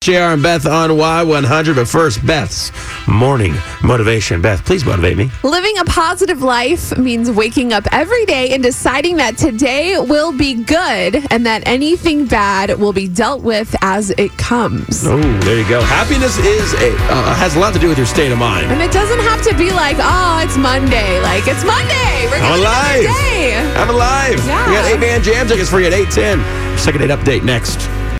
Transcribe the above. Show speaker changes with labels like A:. A: JR and Beth on Y100, but first, Beth's morning motivation. Beth, please motivate me.
B: Living a positive life means waking up every day and deciding that today will be good and that anything bad will be dealt with as it comes.
A: Oh, there you go. Happiness is a, uh, has a lot to do with your state of mind.
B: And it doesn't have to be like, oh, it's Monday. Like, it's Monday. We're
A: I'm
B: going
A: alive.
B: day.
A: I'm alive.
B: Yeah.
A: We got eight man jam tickets for you at 810. Second date update next.